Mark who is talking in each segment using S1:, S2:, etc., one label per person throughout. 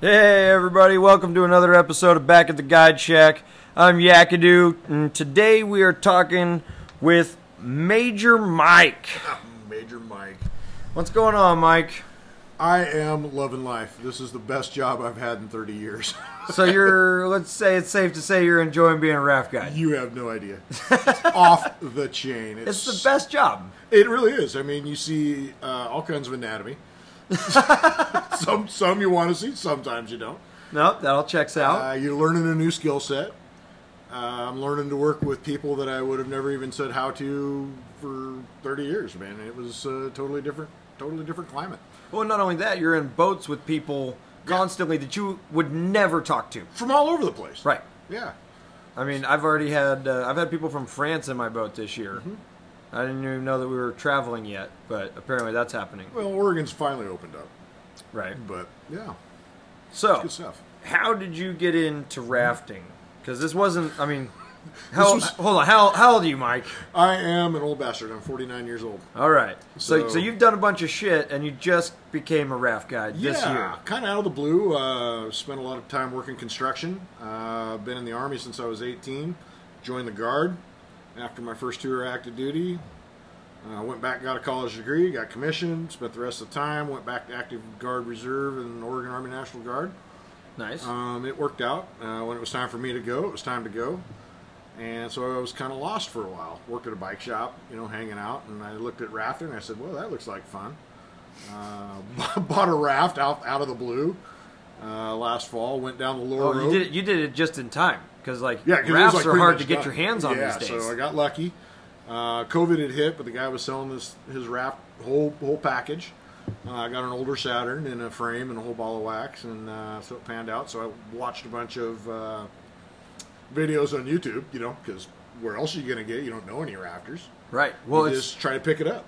S1: Hey everybody, welcome to another episode of Back at the Guide Shack. I'm Yakadoo, and today we are talking with Major Mike.
S2: Major Mike.
S1: What's going on, Mike?
S2: I am loving life. This is the best job I've had in 30 years.
S1: So you're, let's say it's safe to say you're enjoying being a raft guide.
S2: you have no idea. It's off the chain.
S1: It's the best job.
S2: It really is. I mean, you see uh, all kinds of anatomy. some some you want to see, sometimes you don't.
S1: Nope, that all checks out.
S2: Uh, you're learning a new skill set. Uh, I'm learning to work with people that I would have never even said how to for 30 years, man. It was uh, totally different, totally different climate.
S1: Well, not only that, you're in boats with people constantly that you would never talk to.
S2: From all over the place.
S1: Right.
S2: Yeah.
S1: I mean, I've already had uh, I've had people from France in my boat this year. I didn't even know that we were traveling yet, but apparently that's happening.
S2: Well, Oregon's finally opened up,
S1: Right.
S2: but yeah,
S1: So,
S2: Hmm. good stuff.
S1: how did you get into rafting? Because this wasn't. I mean, how,
S2: was-
S1: hold on. How, how old are you, Mike?
S2: I am an old bastard. I'm 49 years old.
S1: All right. So, so,
S2: So-
S1: you've done a bunch of shit, and you just became a raft guide this year.
S2: yeah, kind of out of the blue. Uh, spent a lot of time working construction. Uh, been in the army since I was 18. Joined the guard after my first tour of active duty. Uh, went back, got a college degree, got commissioned. Spent the rest of the time. Went back to active guard reserve in the Oregon Army National Guard.
S1: Nice.
S2: Um, it worked out. Uh, when it was time for me to go, it was time to go. And so I was kind of lost for a while. Worked at a bike shop, you know, hanging out. And I looked at rafting and I said, well, that looks like fun. Uh, bought a raft out, out of the blue uh, last fall. Went down the
S1: oh,
S2: lower
S1: you
S2: road.
S1: did it. You did it just in time. Because like
S2: Yeah, 'cause it was,
S1: rafts
S2: like,
S1: are
S2: pretty
S1: hard
S2: much
S1: to get
S2: done.
S1: your hands on
S2: yeah,
S1: these days.
S2: So I got lucky. Uh, COVID had hit, but the guy was selling this his wrap whole whole package. Uh, I got an older Saturn and a frame and a whole ball of wax, and uh, so it panned out. So I watched a bunch of uh, videos on YouTube, you know, because where else are you going to get it? You don't know any rafters.
S1: right. Well,
S2: you
S1: it's
S2: just try to pick it up.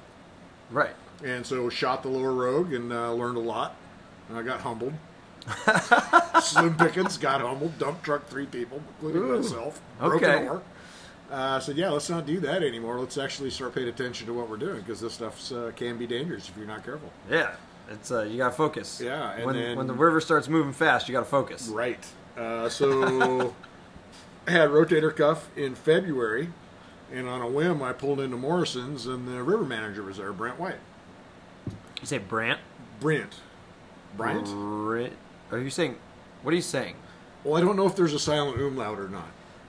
S1: right.
S2: And so shot the lower rogue and uh, learned a lot. And I got humbled. Slim Pickens got humbled. Dump truck three people, including
S1: Ooh,
S2: myself. Broke
S1: okay.
S2: an oar. Uh, said, yeah, let's not do that anymore. Let's actually start paying attention to what we're doing because this stuff uh, can be dangerous if you're not careful.
S1: Yeah. It's uh, you gotta focus.
S2: Yeah, and
S1: when
S2: then-
S1: when the river starts moving fast, you gotta focus.
S2: Right. Uh, so I had rotator cuff in February, and on a whim, I pulled into Morrison's, and the river manager was there, Brent White.
S1: You say Brant?
S2: Brent. Bryant?
S1: Mm. Brant? Are you saying? What are you saying?
S2: Well, I don't know if there's a silent umlaut or not.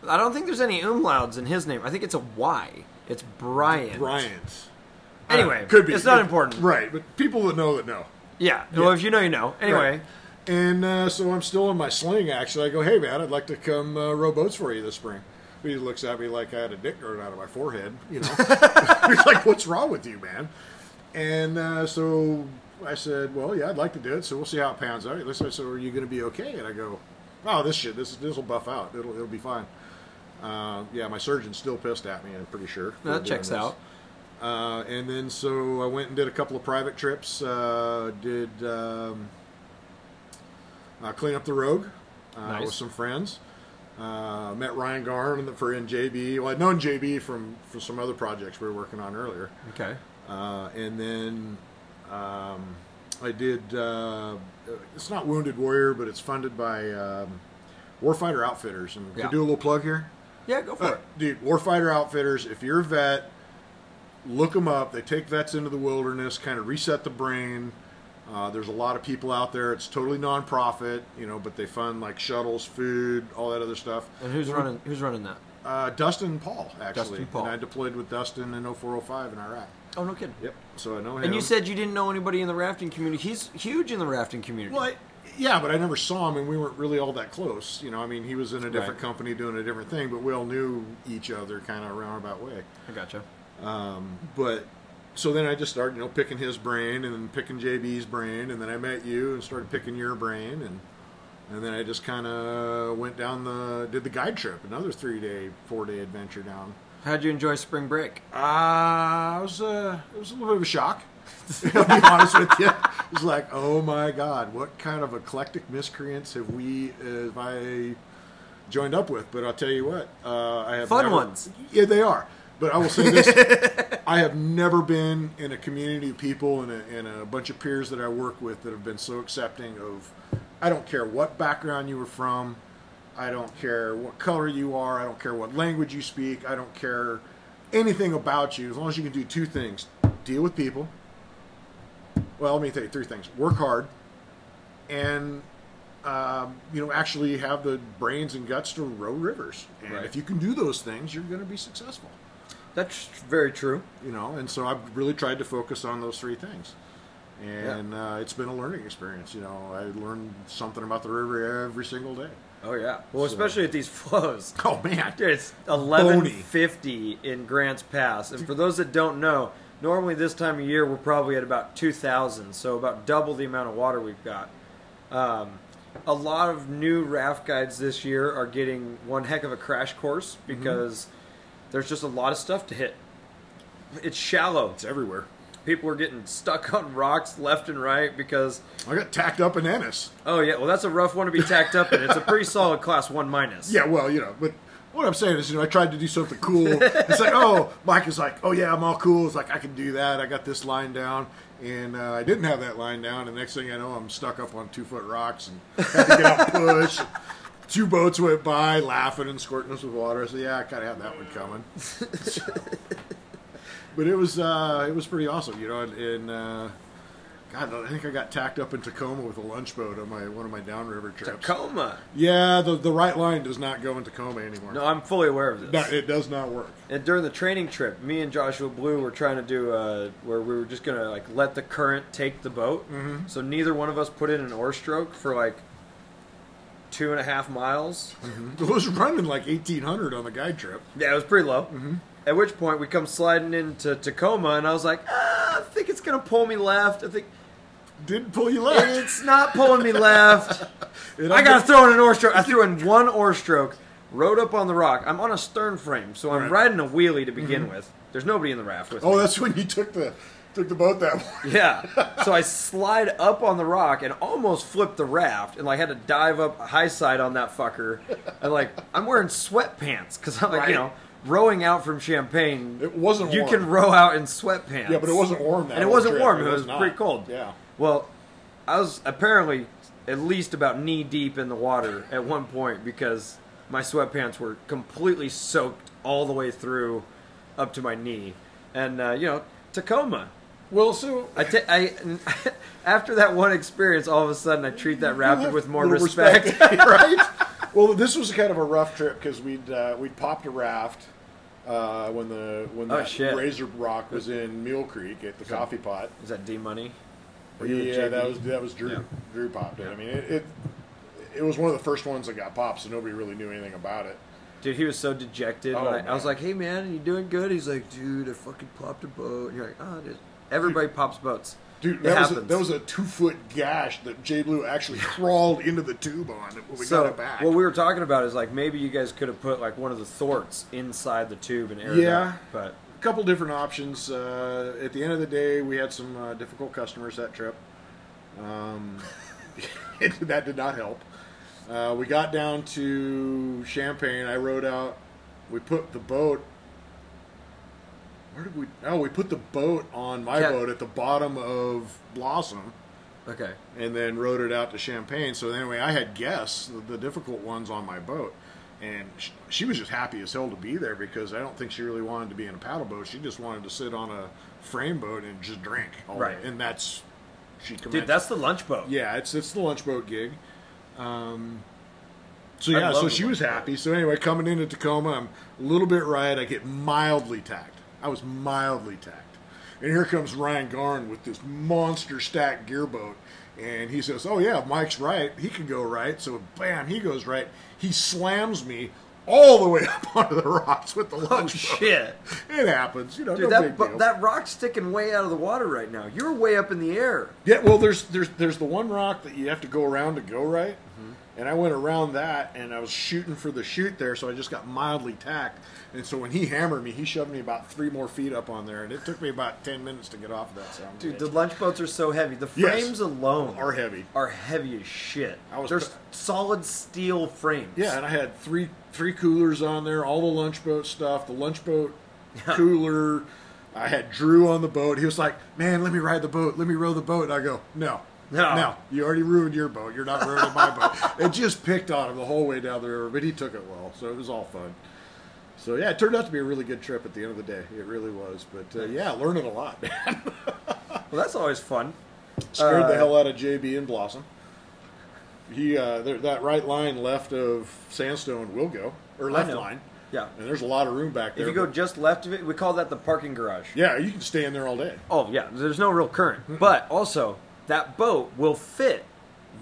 S1: I don't think there's any umlauts in his name. I think it's a Y. It's Brian.
S2: Bryant.
S1: Anyway,
S2: Uh, could be.
S1: It's not
S2: It-
S1: important.
S2: right? But people that know that know.
S1: Yeah. Well, if you know, you know. Anyway.
S2: Right. And uh, so I'm still in my sling. Actually, I go, hey man, I'd like to come uh, row boats for you this spring. He looks at me like I had a dick growing out of my forehead. You know, he's like, what's wrong with you, man? And uh, so I said, well, yeah, I'd like to do it. So we'll see how it pans out. He looks at me, so are you going to be okay? And I go, oh, this shit, this this will buff out. It'll it'll be fine. Uh, yeah, my surgeon's still pissed at me. I'm pretty sure. for
S1: That
S2: doing
S1: checks
S2: this.
S1: out.
S2: Uh, and then so I went and did a couple of private trips. Uh, did um, uh, clean up the rogue uh,
S1: Nice.
S2: with some friends. Uh, met Ryan Garn and the- for NJB. Well, I'd known JB from from some other projects we were working on earlier.
S1: Okay.
S2: Uh, and then um, I did. Uh, it's not Wounded Warrior, but it's funded by um, Warfighter Outfitters. And can
S1: Yeah.
S2: I do a little plug here?
S1: Yeah, go for
S2: Uh,
S1: it.
S2: dude, Warfighter Outfitters, if you're a vet, look them up. They take vets into the wilderness, kind of reset the brain. Uh, there's a lot of people out there. It's totally nonprofit, you know, but they fund like shuttles, food, all that other stuff.
S1: And who's running? Who's running that?
S2: Uh, Dustin Paul, actually.
S1: Dustin Paul.
S2: And I deployed with Dustin in 0405 in Iraq.
S1: Oh no, kidding.
S2: Yep. So I know him.
S1: And you said you didn't know anybody in the rafting community. He's huge in the rafting community.
S2: Well, I, yeah, but I never saw him, and we weren't really all that close. You know, I mean, he was in a different
S1: Right.
S2: company doing a different thing, but we all knew each other kind of roundabout way.
S1: I gotcha.
S2: but so then I just started, you know, picking his brain and then picking JB's brain, and then I met you and started picking your brain, and and then I just kind of went down the did the guide trip, another three day, four day adventure down.
S1: How'd you enjoy spring break?
S2: Uh, it was uh, it was a little bit of a shock. I'll be honest with you. It was like, oh my god, what kind of eclectic miscreants have we uh, have I joined up with? But I'll tell you what, uh, I have
S1: Fun
S2: never-
S1: ones.
S2: Yeah, they are. But I will say this: I have never been in a community of people and a, and a bunch of peers that I work with that have been so accepting of I don't care what background you were from. I don't care what color you are. I don't care what language you speak. I don't care anything about you. As long as you can do two things deal with people. Well, let me tell you three things work hard and, um, you know, actually have the brains and guts to row rivers. And
S1: Right.
S2: if you can do those things, you're going to be successful
S1: That's very true.
S2: you know and so i've really tried to focus on those three things and uh, it's been a learning experience you know i learned something about the river every single day
S1: Oh yeah. Well,
S2: So-
S1: especially at these flows.
S2: oh man
S1: Dude, it's eleven fifty in Grants Pass, and for those that don't know, normally this time of year we're probably at about two thousand, so about double the amount of water we've got. Um, a lot of new raft guides this year are getting one heck of a crash course because there's just a lot of stuff to hit. It's shallow.
S2: it's everywhere
S1: People are getting stuck on rocks left and right because
S2: i got tacked up in ennis
S1: oh yeah, well that's a rough one to be tacked up in. It's a pretty solid class one minus.
S2: yeah well you know but what i'm saying is you know i tried to do something cool it's like oh mike is like oh yeah i'm all cool it's like i can do that i got this line down and uh, i didn't have that line down and next thing i know i'm stuck up on two foot rocks and had to get out and push Two boats went by laughing and squirting us with water. So yeah, I kind of had that one coming. but it was uh, it was pretty awesome, you know. And, and uh, God, I think I got tacked up in Tacoma with a lunch boat on my one of my downriver trips.
S1: Tacoma.
S2: yeah, the the right line does not go in Tacoma anymore.
S1: No, I'm fully aware of this.
S2: No, it does not work.
S1: And during the training trip, me and Joshua Blue were trying to do uh, where we were just gonna like let the current take the boat. Mm-hmm. So neither one of us put in an oar stroke for like two and a half miles.
S2: It was running like eighteen hundred on the guide trip.
S1: yeah, it was pretty low. Mm-hmm. At which point we come sliding into Tacoma, and I was like, ah, I think it's gonna pull me left. I think
S2: Didn't pull you left.
S1: it's not pulling me left.
S2: It
S1: I gotta throw in an oar stroke. I threw in one oar stroke, rode up on the rock. I'm on a stern frame, so I'm
S2: Right. Mm-hmm.
S1: riding a wheelie to begin with. There's nobody in the raft with me.
S2: Oh, that's when you took the took the boat that way.
S1: Yeah. So I slide up on the rock and almost flip the raft and like had to dive up high side on that fucker. And like I'm wearing sweatpants because I'm like you
S2: Right.
S1: know rowing out from Champagne.
S2: It wasn't
S1: You
S2: warm.
S1: can row out in sweatpants.
S2: Yeah, but it wasn't warm that.
S1: And it
S2: whole
S1: wasn't
S2: trip.
S1: warm. It, was,
S2: not.
S1: pretty cold.
S2: Yeah.
S1: Well, I was apparently at least about knee deep in the water at one point because my sweatpants were completely soaked all the way through up to my knee. And uh, you know Tacoma.
S2: Well, so
S1: I ta- I- after that one experience, all of a sudden I treat that raptor
S2: have
S1: with more
S2: little
S1: respect.
S2: right? Well, this was kind of a rough trip because we'd uh, we'd popped a raft uh, when the when
S1: Oh,
S2: that
S1: shit.
S2: Razor Rock was in Mule Creek at the coffee pot.
S1: Is that D money? Were you with
S2: Yeah, that
S1: JB?
S2: was that was Drew.
S1: Yeah.
S2: Drew popped it. I mean, it, it it was one of the first ones that got popped, so nobody really knew anything about it.
S1: Dude, he was so dejected.
S2: Oh,
S1: when I, I was
S2: man.
S1: like, "Hey man, you doing good?" He's like, "Dude, I fucking popped a boat." And you're like, "Oh, dude, everybody pops boats."
S2: Dude,
S1: It
S2: that was, a,
S1: happens.
S2: that was a two foot gash that Jay Blue actually crawled into the tube on when we
S1: so
S2: got it back.
S1: what we were talking about is like maybe you guys could have put like one of the thwarts inside the tube and air it
S2: Yeah.
S1: out, but
S2: couple different options. Uh, at the end of the day, we had some uh, difficult customers that trip. Um, that did not help. Uh, we got down to Champagne. I rode out. We put the boat. Where did we? Oh, we put the boat on my
S1: Yeah.
S2: boat at the bottom of Blossom,
S1: okay,
S2: and then rode it out to Champagne. So anyway, I had guests, the, the difficult ones, on my boat, and she, she was just happy as hell to be there because I don't think she really wanted to be in a paddle boat. She just wanted to sit on a frame boat and just drink. all
S1: Right.
S2: day. and that's she.
S1: dude,
S2: commenced-
S1: that's the lunch boat.
S2: yeah, it's it's the lunch boat gig. Um, so
S1: I
S2: yeah,
S1: love
S2: so
S1: the
S2: she
S1: lunch
S2: was
S1: boat.
S2: happy. So anyway, coming into Tacoma, I'm a little bit right. I get mildly tacked. I was mildly tacked, and here comes Ryan Garn with this monster stack gear boat, and he says, "Oh yeah, Mike's right. He can go right." So bam, he goes right. He slams me all the way up onto the rocks with the lunch
S1: Oh
S2: boat.
S1: shit,
S2: It happens, you know.
S1: dude,
S2: no
S1: that
S2: big
S1: bu-
S2: deal.
S1: that rock's sticking way out of the water right now. You're way up in the air.
S2: Yeah, well, there's there's there's the one rock that you have to go around to go right, and I went around that, and I was shooting for the chute there, so I just got mildly tacked, and so when he hammered me, he shoved me about three more feet up on there, and it took me about ten minutes to get off of that sound.
S1: Dude,
S2: bridge.
S1: the lunch boats are so heavy. The
S2: Yes.
S1: frames alone
S2: Are heavy.
S1: Are heavy as shit.
S2: I was
S1: They're
S2: pr-
S1: solid steel frames.
S2: yeah, and I had three three coolers on there, all the lunch boat stuff, the lunch boat cooler. I had Drew on the boat. He was like, "Man, let me ride the boat. Let me row the boat." And I go, "No,
S1: No.
S2: No, you already ruined your boat. You're not ruining my boat. It just picked on him the whole way down the river, but he took it well, so it was all fun. So yeah, it turned out to be a really good trip at the end of the day. It really was. But uh, yeah, learning a lot.
S1: Well, that's always fun.
S2: Scared
S1: Uh,
S2: the hell out of JB and Blossom. He uh, there, that right line left of Sandstone will go or left
S1: know.
S2: line,
S1: Yeah.
S2: and there's a lot of room back there.
S1: If you go
S2: but-
S1: just left of it, we call that the parking garage.
S2: yeah, you can stay in there all day.
S1: Oh yeah, there's no real current, but also that boat will fit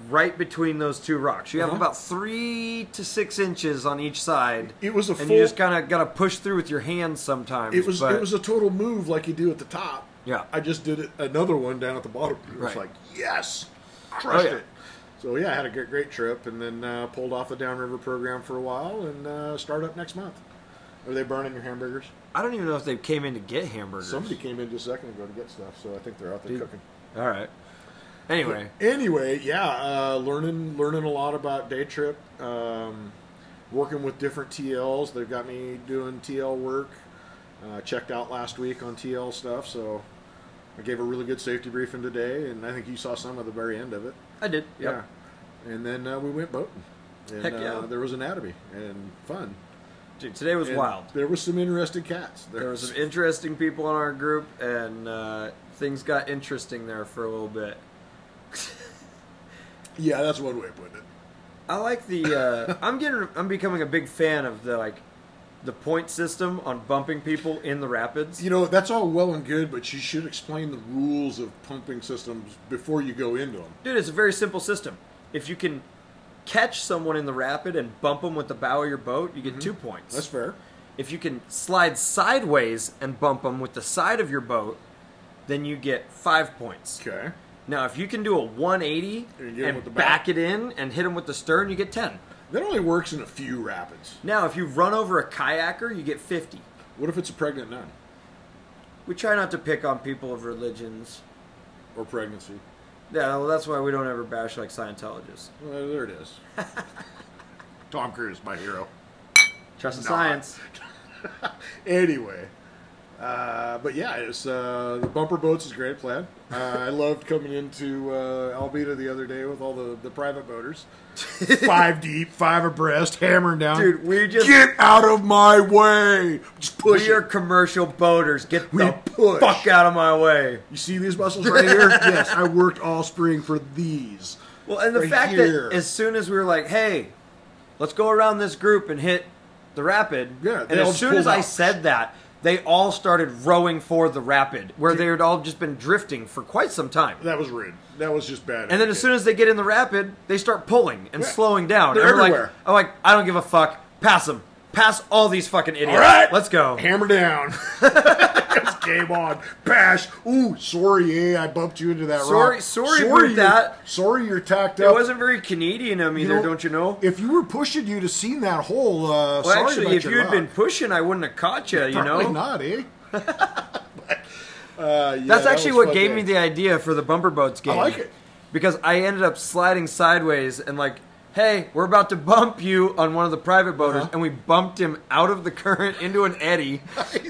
S1: right between those two rocks. You have
S2: Uh-huh.
S1: about three to six inches on each side,
S2: It was a
S1: and
S2: full.
S1: you just kind of got to push through with your hands sometimes.
S2: it was
S1: but
S2: it was a total move like you do at the top.
S1: Yeah.
S2: I just did it, another one down at the bottom. It was
S1: Right.
S2: like yes, crushed
S1: Oh, yeah.
S2: it. So yeah, I had a great great trip, and then uh, pulled off the downriver program for a while, and uh, start up next month. Are they burning your hamburgers?
S1: I don't even know if they came in to get hamburgers.
S2: Somebody came in just a second ago to get stuff, so I think they're out there
S1: Dude.
S2: cooking.
S1: All right. Anyway,
S2: Anyway, yeah, uh, learning learning a lot about day trip, um, working with different TLs. They've got me doing TL work. Uh, checked out last week on TL stuff, so I gave a really good safety briefing today, and I think you saw some of the very end of it.
S1: I did. Yep.
S2: Yeah, and then uh, we went boating. And,
S1: Heck yeah.
S2: Uh, there was anatomy and fun.
S1: Dude, today was
S2: And
S1: wild.
S2: There was some interesting cats.
S1: There were some interesting people in our group, and uh, things got interesting there for a little bit.
S2: yeah, that's one way of putting it.
S1: I like the. Uh, I'm getting. I'm becoming a big fan of the like, the point system on bumping people in the rapids.
S2: You know, that's all well and good, but you should explain the rules of pumping systems before you go into them.
S1: Dude, it's a very simple system. If you can catch someone in the rapid and bump them with the bow of your boat, you get two points.
S2: That's fair.
S1: if you can slide sideways and bump them with the side of your boat, then you get five points.
S2: Okay.
S1: Now, if you can do a 180
S2: And
S1: and,
S2: get 'em with the
S1: back
S2: back.
S1: it in and hit them with the stern, you get 10.
S2: That only works in a few rapids.
S1: Now, if you run over a kayaker, you get 50.
S2: What if it's a pregnant nun
S1: We try not to pick on people of religions.
S2: or pregnancy?
S1: Yeah, well, that's why we don't ever bash like Scientologists.
S2: Well, there it is. Tom Cruise, my hero.
S1: Trust in
S2: Not.
S1: science.
S2: Anyway, uh, but yeah, it's uh, the bumper boats is a great plan. Uh, I loved coming into uh, Albedo the other day with all the, the private boaters, five deep, five abreast, hammering down.
S1: Dude, we just-
S2: get out of my way. Just push.
S1: We are
S2: it.
S1: commercial boaters. Get
S2: We
S1: the
S2: push.
S1: fuck out of my way.
S2: You see these muscles right here? yes, I worked all spring for these.
S1: Well, and the
S2: Right
S1: fact
S2: here.
S1: that as soon as we were like, hey, let's go around this group and hit the rapid,
S2: Yeah, they
S1: and as
S2: all just
S1: soon as
S2: pulled
S1: I
S2: out.
S1: said that, they all started rowing for the rapid, where they had all just been drifting for quite some time.
S2: That was rude. That was just bad.
S1: And then as soon as they get in the rapid, they start pulling and
S2: Yeah.
S1: slowing down.
S2: They're
S1: and we're
S2: everywhere.
S1: Like, I'm like, I don't give a fuck. Pass them. Pass all these fucking idiots.
S2: all right,
S1: Let's go.
S2: hammer down. it's game on. Bash. Ooh, sorry, eh, I bumped you into that
S1: Sorry-
S2: rock.
S1: sorry about
S2: you're-
S1: that.
S2: Sorry, you're tacked
S1: It
S2: up.
S1: wasn't very Canadian of me
S2: You
S1: there,
S2: know-
S1: don't you know?
S2: If you were pushing, you'd have seen that hole. Uh,
S1: Well,
S2: sorry about
S1: actually, if
S2: your
S1: you had
S2: luck.
S1: been pushing, I wouldn't have caught you, you know?
S2: Probably not, eh? But, uh, yeah,
S1: That's
S2: that
S1: actually
S2: was
S1: what
S2: fun
S1: gave
S2: day.
S1: me the idea for the bumper boats game.
S2: like it.
S1: because I ended up sliding sideways and like, hey, we're about to bump you on one of the private boaters,
S2: Uh-huh.
S1: and we bumped him out of the current into an eddy,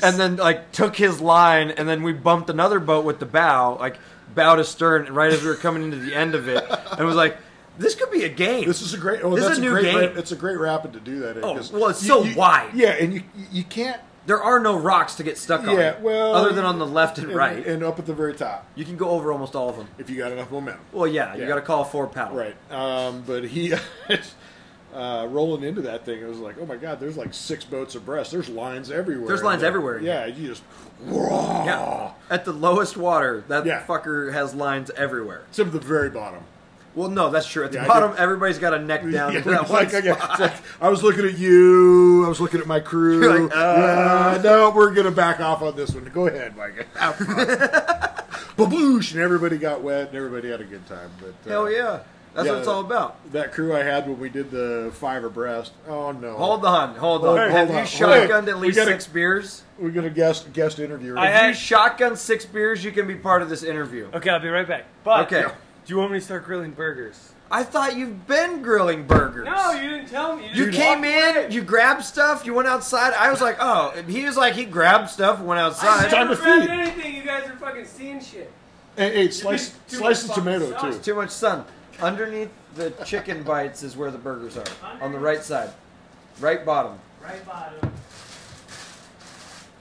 S1: and then like took his line, and then we bumped another boat with the bow, like bow to stern, right as we were coming into the end of it, and it was like, this could be a game.
S2: This is a great. Oh,
S1: This is
S2: that's
S1: a new
S2: great.
S1: game.
S2: ra- it's a great rapid to do that. in,
S1: Oh,
S2: 'cause
S1: well, it's
S2: you-
S1: so
S2: you-
S1: wide.
S2: Yeah, and you you can't.
S1: there are no rocks to get stuck on.
S2: Yeah, well,
S1: other than on the left and right,
S2: and up at the very top
S1: you can go over almost all of them.
S2: if you got enough momentum.
S1: Well, yeah, you
S2: Yeah.
S1: got to call a four paddle.
S2: Right. Um, but he, uh, rolling into that thing, it was like, oh my God, there's like six boats abreast. There's lines everywhere.
S1: There's lines
S2: Yeah.
S1: everywhere.
S2: Yeah, you just.
S1: Yeah. At the lowest water, that
S2: Yeah.
S1: fucker has lines everywhere.
S2: Except at the very bottom.
S1: Well, no, that's true. At the
S2: Yeah, I
S1: bottom, everybody's got a neck
S2: Yeah,
S1: down
S2: it's
S1: to that one
S2: like,
S1: spot.
S2: okay, it's like, I was looking at you. I was looking at my crew.
S1: You're like, "Uh."
S2: Yeah, no, we're going to back off on this one. Go ahead, Mike. Have fun. Babloosh! And everybody got wet and everybody had a good time. But uh,
S1: Hell yeah. That's what
S2: Yeah.
S1: it's all about.
S2: That crew I had when we did the five abreast. Oh, no.
S1: Hold on, hold on.
S2: Hey,
S1: Have
S2: hold
S1: you
S2: on, hold on.
S1: shotgunned at
S2: We
S1: least
S2: gotta-
S1: six beers?
S2: We're going to guest guest interview.
S1: If
S3: I had-
S1: you shotgun six beers, you can be part of this interview.
S3: Okay, I'll be right back. But
S1: Okay.
S3: do you want me to start grilling burgers?
S1: I thought you've been grilling burgers.
S3: No, you didn't tell me.
S1: You
S3: just
S1: came
S3: walked
S1: in,
S3: away.
S1: you grabbed stuff, you went outside. I was like, oh. He was like, he grabbed stuff, and went
S3: I
S1: outside.
S3: never
S2: to
S3: grabbed
S2: feed.
S3: anything. You guys are fucking seeing shit.
S2: Hey, hey slice,
S3: Too much
S2: slice the
S3: fucking
S2: tomato
S3: sauce.
S2: too.
S1: Too much sun. Underneath the chicken bites is where the burgers are. On the right side. Right bottom.
S4: Right bottom.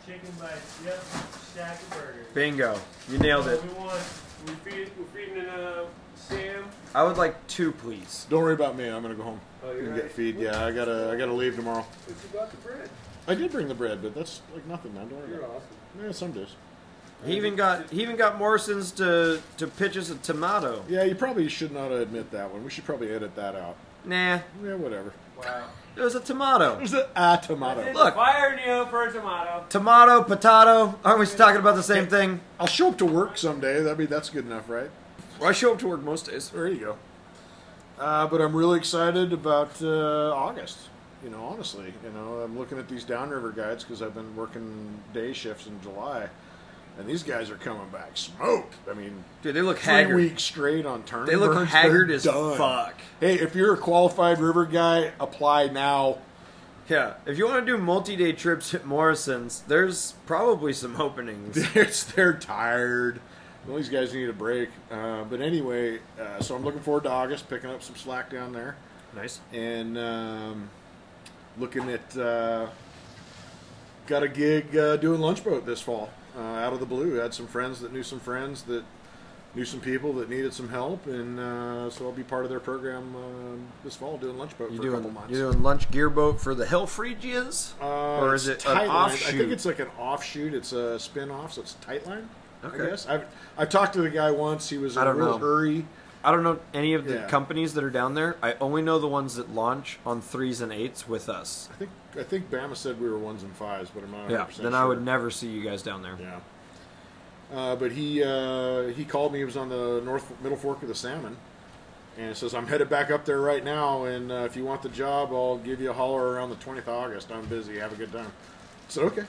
S4: Chicken bites. Yep. Stack of burgers.
S1: Bingo. You nailed it.
S4: We want.
S3: We're feeding, we're feeding uh, Sam.
S1: I would like two, please.
S2: Don't worry about me. I'm gonna go home.
S3: Oh, you're
S2: Gonna
S3: right.
S2: get feed. Yeah, I gotta. I gotta leave tomorrow.
S3: What you got the bread?
S2: I did bring the bread, but that's like nothing. man. Don't worry.
S3: You're
S2: About
S3: awesome.
S2: it. Yeah, some days.
S1: He even got he even got Morrison's to to pitch us a tomato.
S2: Yeah, you probably should not admit that one. We should probably edit that out.
S1: Nah,
S2: Yeah, whatever.
S3: Wow.
S1: it was a tomato.
S2: There's an ah tomato.
S1: Look.
S3: Fire Neo for a tomato.
S1: Tomato, potato. Aren't we talking about the same thing?
S2: I'll show up to work someday. That'd be that's good enough, right?
S1: Well, I show up to work most days.
S2: There you go. Uh, but I'm really excited about uh, August. You know, honestly, you know, I'm looking at these downriver guides because I've been working day shifts in July, and these guys are coming back smoked. I mean,
S1: Dude, they look
S2: three
S1: haggard.
S2: weeks straight on turn.
S1: They look
S2: burns,
S1: haggard
S2: they're
S1: as
S2: done.
S1: fuck.
S2: Hey, if you're a qualified river guy, apply now.
S1: Yeah. If you want to do multi-day trips at Morrison's, there's probably some openings.
S2: it's they're tired. Well, these guys need a break. Uh, but anyway, uh, so I'm looking forward to August, picking up some slack down there,
S1: nice.
S2: and um, looking at uh, got a gig uh, doing lunch boat this fall uh, out of the blue. I had some friends that knew some friends that knew some people that needed some help, and uh, so I'll be part of their program um this fall doing lunch boat
S1: You
S2: for a couple
S1: doing
S2: months.
S1: you doing lunch gear boat for the Hellfregias?
S2: Uh,
S1: or is
S2: it's
S1: it an
S2: Tightline. I
S1: offshoot?
S2: think it's like an offshoot. It's a spin-off, so it's Tightline.
S1: Okay.
S2: I guess I've I've talked to the guy once. He was
S1: I
S2: in a
S1: don't know.
S2: real hurry.
S1: I don't know any of the
S2: Yeah.
S1: companies that are down there. I only know the ones that launch on threes and eights with us.
S2: I think I think Bama said we were ones and fives, but I'm not.
S1: Yeah.
S2: 100%
S1: Then
S2: sure.
S1: I would never see you guys down there.
S2: Yeah. Uh, but he uh, he called me. He was on the north middle fork of the Salmon, and says I'm headed back up there right now. And uh, if you want the job, I'll give you a holler around the 20th of August. I'm busy. Have a good time. I said okay,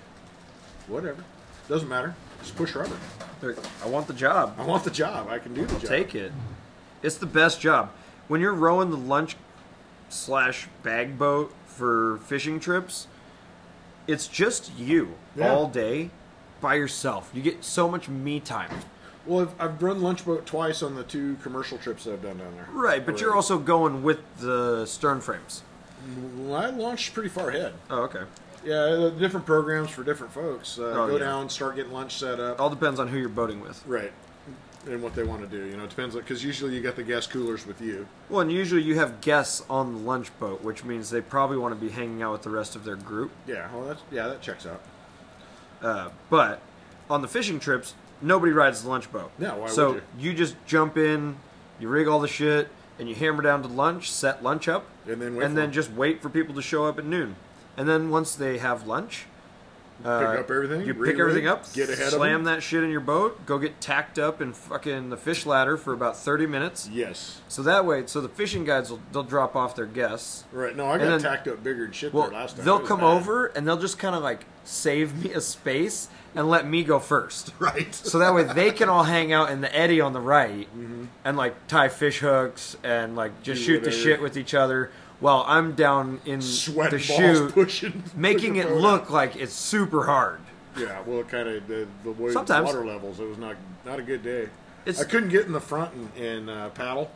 S2: whatever. Doesn't matter. Just push rubber.
S1: They're- I want the job.
S2: I want the job. I can do the job.
S1: Take it. It's the best job. When you're rowing the lunch slash bag boat for fishing trips, it's just you
S2: Yeah.
S1: all day by yourself. You get so much me time.
S2: Well, I've, I've run lunch boat twice on the two commercial trips that I've done down there.
S1: Right, but you're
S2: Already.
S1: also going with the stern frames.
S2: Well, I launched pretty far ahead.
S1: Oh, okay.
S2: Yeah, uh, different programs for different folks. Uh,
S1: Oh,
S2: go
S1: yeah.
S2: down, start getting lunch set up.
S1: All depends on who you're boating with.
S2: Right, and what they want to do. You know, it depends because usually you got the gas coolers with you.
S1: Well, and usually you have guests on the lunch boat, which means they probably want to be hanging out with the rest of their group.
S2: Yeah, well, that's yeah, that checks out.
S1: Uh, but on the fishing trips, nobody rides the lunch boat.
S2: No, why
S1: so
S2: would
S1: you? just jump in, you rig all the shit, and you hammer down to lunch, set lunch up,
S2: And then wait
S1: and
S2: for
S1: then
S2: 'em.
S1: just wait for people to show up at noon. And then once they have lunch, uh,
S2: pick up everything.
S1: You
S2: reload,
S1: pick everything up,
S2: Get ahead of
S1: slam
S2: them.
S1: that shit in your boat, go get tacked up in fucking the fish ladder for about thirty minutes.
S2: Yes.
S1: So that way, so the fishing guides will they'll drop off their guests.
S2: Right. No, I
S1: And
S2: got
S1: then-
S2: tacked up bigger and shit
S1: Well,
S2: there last time. It
S1: they'll
S2: was
S1: come
S2: bad.
S1: over and they'll just kind of like save me a space and let me go first.
S2: Right.
S1: So that way they can all hang out in the eddy on the right
S2: Mm-hmm.
S1: and like tie fish hooks and like just
S2: Do
S1: shoot the
S2: whatever.
S1: shit with each other while I'm down in
S2: Sweat
S1: the
S2: balls
S1: chute,
S2: pushing,
S1: making
S2: pushing
S1: it
S2: boat out.
S1: look like it's super hard.
S2: Yeah, well, it kind of the, the way
S1: Sometimes.
S2: water levels. It was not not a good day.
S1: It's-
S2: I couldn't get in the front and, and uh, paddle.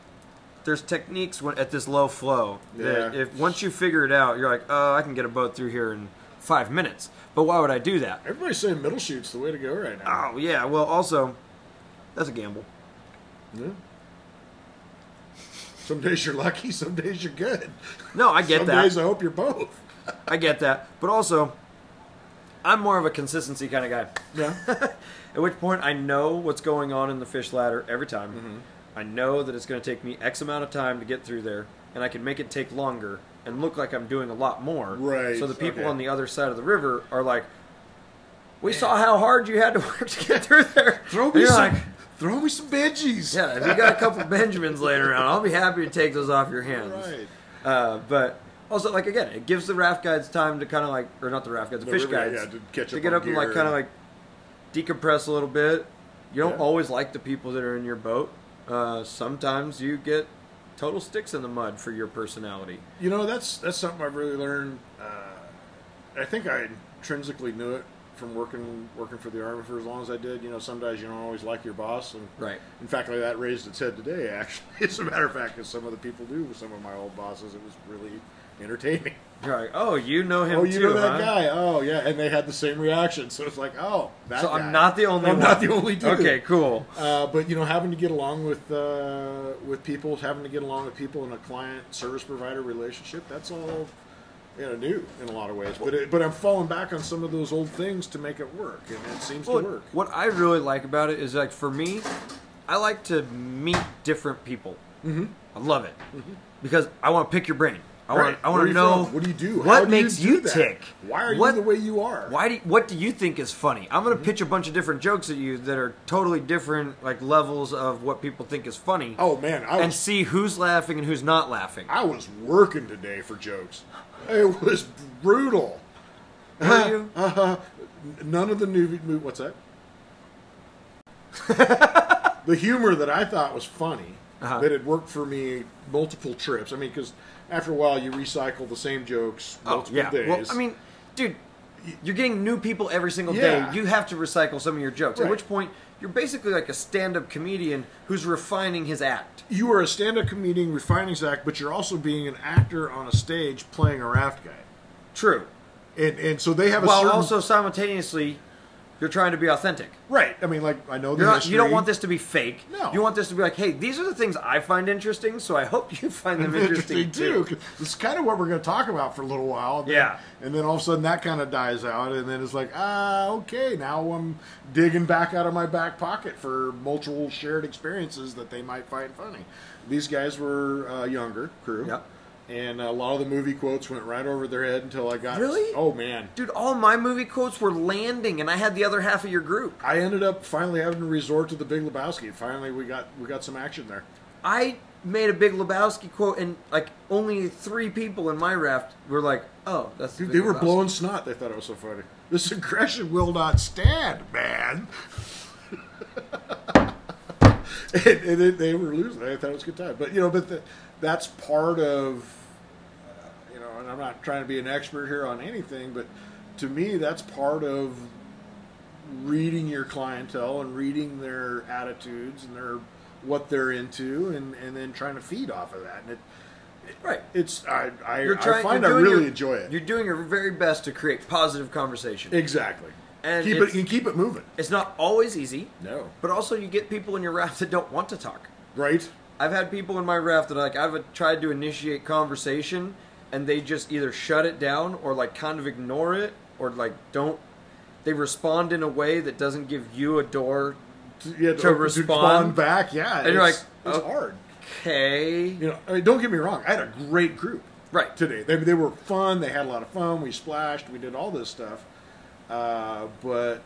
S1: There's techniques when, at this low flow that
S2: Yeah.
S1: if once you figure it out, you're like, oh, I can get a boat through here in five minutes. But why would I do that?
S2: Everybody's saying middle shoot's the way to go right now.
S1: Oh yeah, well also, that's a gamble.
S2: Yeah. Some days you're lucky. Some days you're good.
S1: No, I get
S2: some
S1: that.
S2: days I hope you're both.
S1: I get that. But also, I'm more of a consistency kind of guy.
S2: Yeah.
S1: At which point, I know what's going on in the fish ladder every time.
S2: Mm-hmm.
S1: I know that it's going to take me X amount of time to get through there, and I can make it take longer and look like I'm doing a lot more.
S2: Right,
S1: So the people
S2: okay.
S1: on the other side of the river are like, "We saw how hard you had to work to get through there."
S2: throw
S1: And
S2: me
S1: you're
S2: some.
S1: like,
S2: throw me some veggies.
S1: yeah, if you got a couple Benjamins laying around, I'll be happy to take those off your hands.
S2: Right.
S1: Uh, but also, like again, it gives the raft guides time to kind of like, or not the raft guides, the,
S2: The
S1: fish
S2: river-
S1: guides,
S2: yeah, to catch up
S1: get
S2: on
S1: up and like
S2: gear.
S1: kind of like decompress a little bit. You don't
S2: Yeah.
S1: always like the people that are in your boat. Uh, sometimes you get total sticks in the mud for your personality.
S2: You know, that's that's something I've really learned. Uh, I think I intrinsically knew it from working working for the army for as long as I did. You know, some days you don't always like your boss, and
S1: Right.
S2: in fact, like that raised its head today. Actually, as a matter of fact, because some of the people do, some of my old bosses, it was really entertaining.
S1: You're like, oh, you know him
S2: Oh, you
S1: too,
S2: know that
S1: huh?
S2: guy? Oh, yeah, and they had the same reaction. So it's like, oh, that
S1: So
S2: guy.
S1: I'm not the only
S2: I'm
S1: one.
S2: not the only dude.
S1: Okay, cool.
S2: Uh, but you know, having to get along with uh, with people, having to get along with people in a client service provider relationship, that's all you know new in a lot of ways. But it, but I'm falling back on some of those old things to make it work, and it seems
S1: Well,
S2: to work.
S1: What I really like about it is like for me, I like to meet different people. Mm-hmm. I love it because I want to pick your brain. I want
S2: Mm-hmm. Right.
S1: I
S2: Where
S1: want
S2: you
S1: to know
S2: from? what do you do?
S1: What
S2: How do
S1: makes
S2: you, do
S1: you
S2: that?
S1: tick?
S2: Why are
S1: What-
S2: you the way you are? Mm-hmm.
S1: Why do you, what do you think is funny? I'm going to pitch a bunch of different jokes at you that are totally different like levels of what people think is funny.
S2: Oh man, I
S1: and
S2: was,
S1: see who's laughing and who's not laughing.
S2: I was working today for jokes. It was brutal.
S1: Were you?
S2: None of the new mo- what's that? the humor that I thought was funny
S1: Uh-huh.
S2: that had worked for me multiple trips. I mean, because after a while you recycle the same jokes
S1: Oh
S2: multiple
S1: yeah.
S2: days.
S1: Well, I mean, dude, you're getting new people every single
S2: Yeah.
S1: day. You have to recycle some of your jokes.
S2: Right.
S1: At which point, you're basically like a stand-up comedian who's refining his act.
S2: you are a stand-up comedian refining Zach, but you're also being an actor on a stage playing a raft guy,
S1: True.
S2: and and so they have a
S1: While
S2: certain
S1: also simultaneously, you're trying to be authentic.
S2: right. I mean, like I know the
S1: You're not,
S2: history.
S1: you don't want this to be fake.
S2: No.
S1: You want this to be like, hey, these are the things I find interesting, so I hope you find them interesting,
S2: interesting too.
S1: too.
S2: 'cause It's kind of what we're going to talk about for a little while. and then-
S1: Yeah.
S2: and then all of a sudden that kind of dies out, and then it's like, ah, okay, now I'm digging back out of my back pocket for multiple shared experiences that they might find funny. These guys were uh, younger crew.
S1: Yep.
S2: And a lot of the movie quotes went right over their head until I got
S1: Really?
S2: Oh man,
S1: Dude, all my movie quotes were landing, and I had the other half of your group.
S2: I ended up finally having to resort to the Big Lebowski. Finally, we got we got some action there.
S1: I made a big Lebowski quote, and like only three people in my raft were like, "Oh, that's." the
S2: Dude, they
S1: Big
S2: were
S1: Lebowski."
S2: blowing snot. They thought it was so funny. This aggression will not stand, man. and, and they, they were losing. I thought it was a good time, but you know, but the, that's part of uh, you know. And I'm not trying to be an expert here on anything, but to me, that's part of reading your clientele and reading their attitudes and their what they're into, and and then trying to feed off of that. And it,
S1: Right.
S2: it's I I,
S1: You're trying.
S2: I find I
S1: you're doing
S2: really
S1: your-
S2: enjoy it.
S1: You're doing your very best to create positive conversation.
S2: Exactly.
S1: And
S2: keep
S1: it's-
S2: it. You keep it moving.
S1: it's not always easy.
S2: No.
S1: But also, you get people in your raft that don't want to talk.
S2: Right.
S1: I've had people in my raft that like I've tried to initiate conversation, and they just either shut it down or like kind of ignore it or like don't. They respond in a way that doesn't give you a door.
S2: To, yeah,
S1: To respond.
S2: back. Yeah.
S1: And you're
S2: it's-
S1: like,
S2: it's
S1: oh.
S2: hard.
S1: Okay.
S2: You know. I mean, don't get me wrong. I had a great group.
S1: Right.
S2: Today, they they were fun. They had a lot of fun. We splashed. We did all this stuff. Uh, but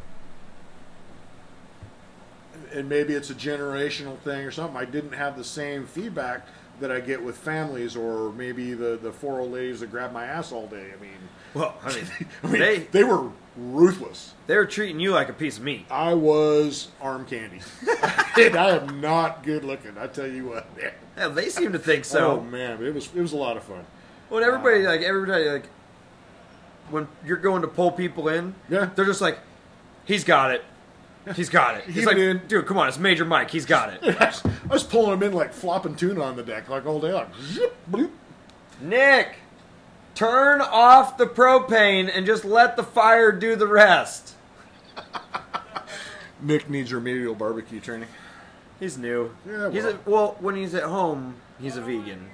S2: and maybe it's a generational thing or something. I didn't have the same feedback that I get with families or maybe the the four old ladies that grab my ass all day. I mean,
S1: Well, I mean,
S2: I mean
S1: they
S2: they were ruthless.
S1: they were treating you like a piece of meat.
S2: I was arm candy. and I am not good looking. I tell you what. man.
S1: Yeah, they seem to think so.
S2: oh man, it was it was a lot of fun.
S1: Well, everybody like everybody like when you're going to pull people in,
S2: Yeah.
S1: they're just like, he's got it, he's got it.
S2: He
S1: He's like,
S2: did.
S1: dude, come on, it's Major Mike, he's got it.
S2: I was, I was pulling them in like flopping tuna on the deck like all day long. Zip, bloop.
S1: Nick, turn off the propane and just let the fire do the rest.
S2: Nick needs remedial barbecue training.
S1: He's new.
S2: Yeah,
S1: he's a, well when he's at home, he's a vegan.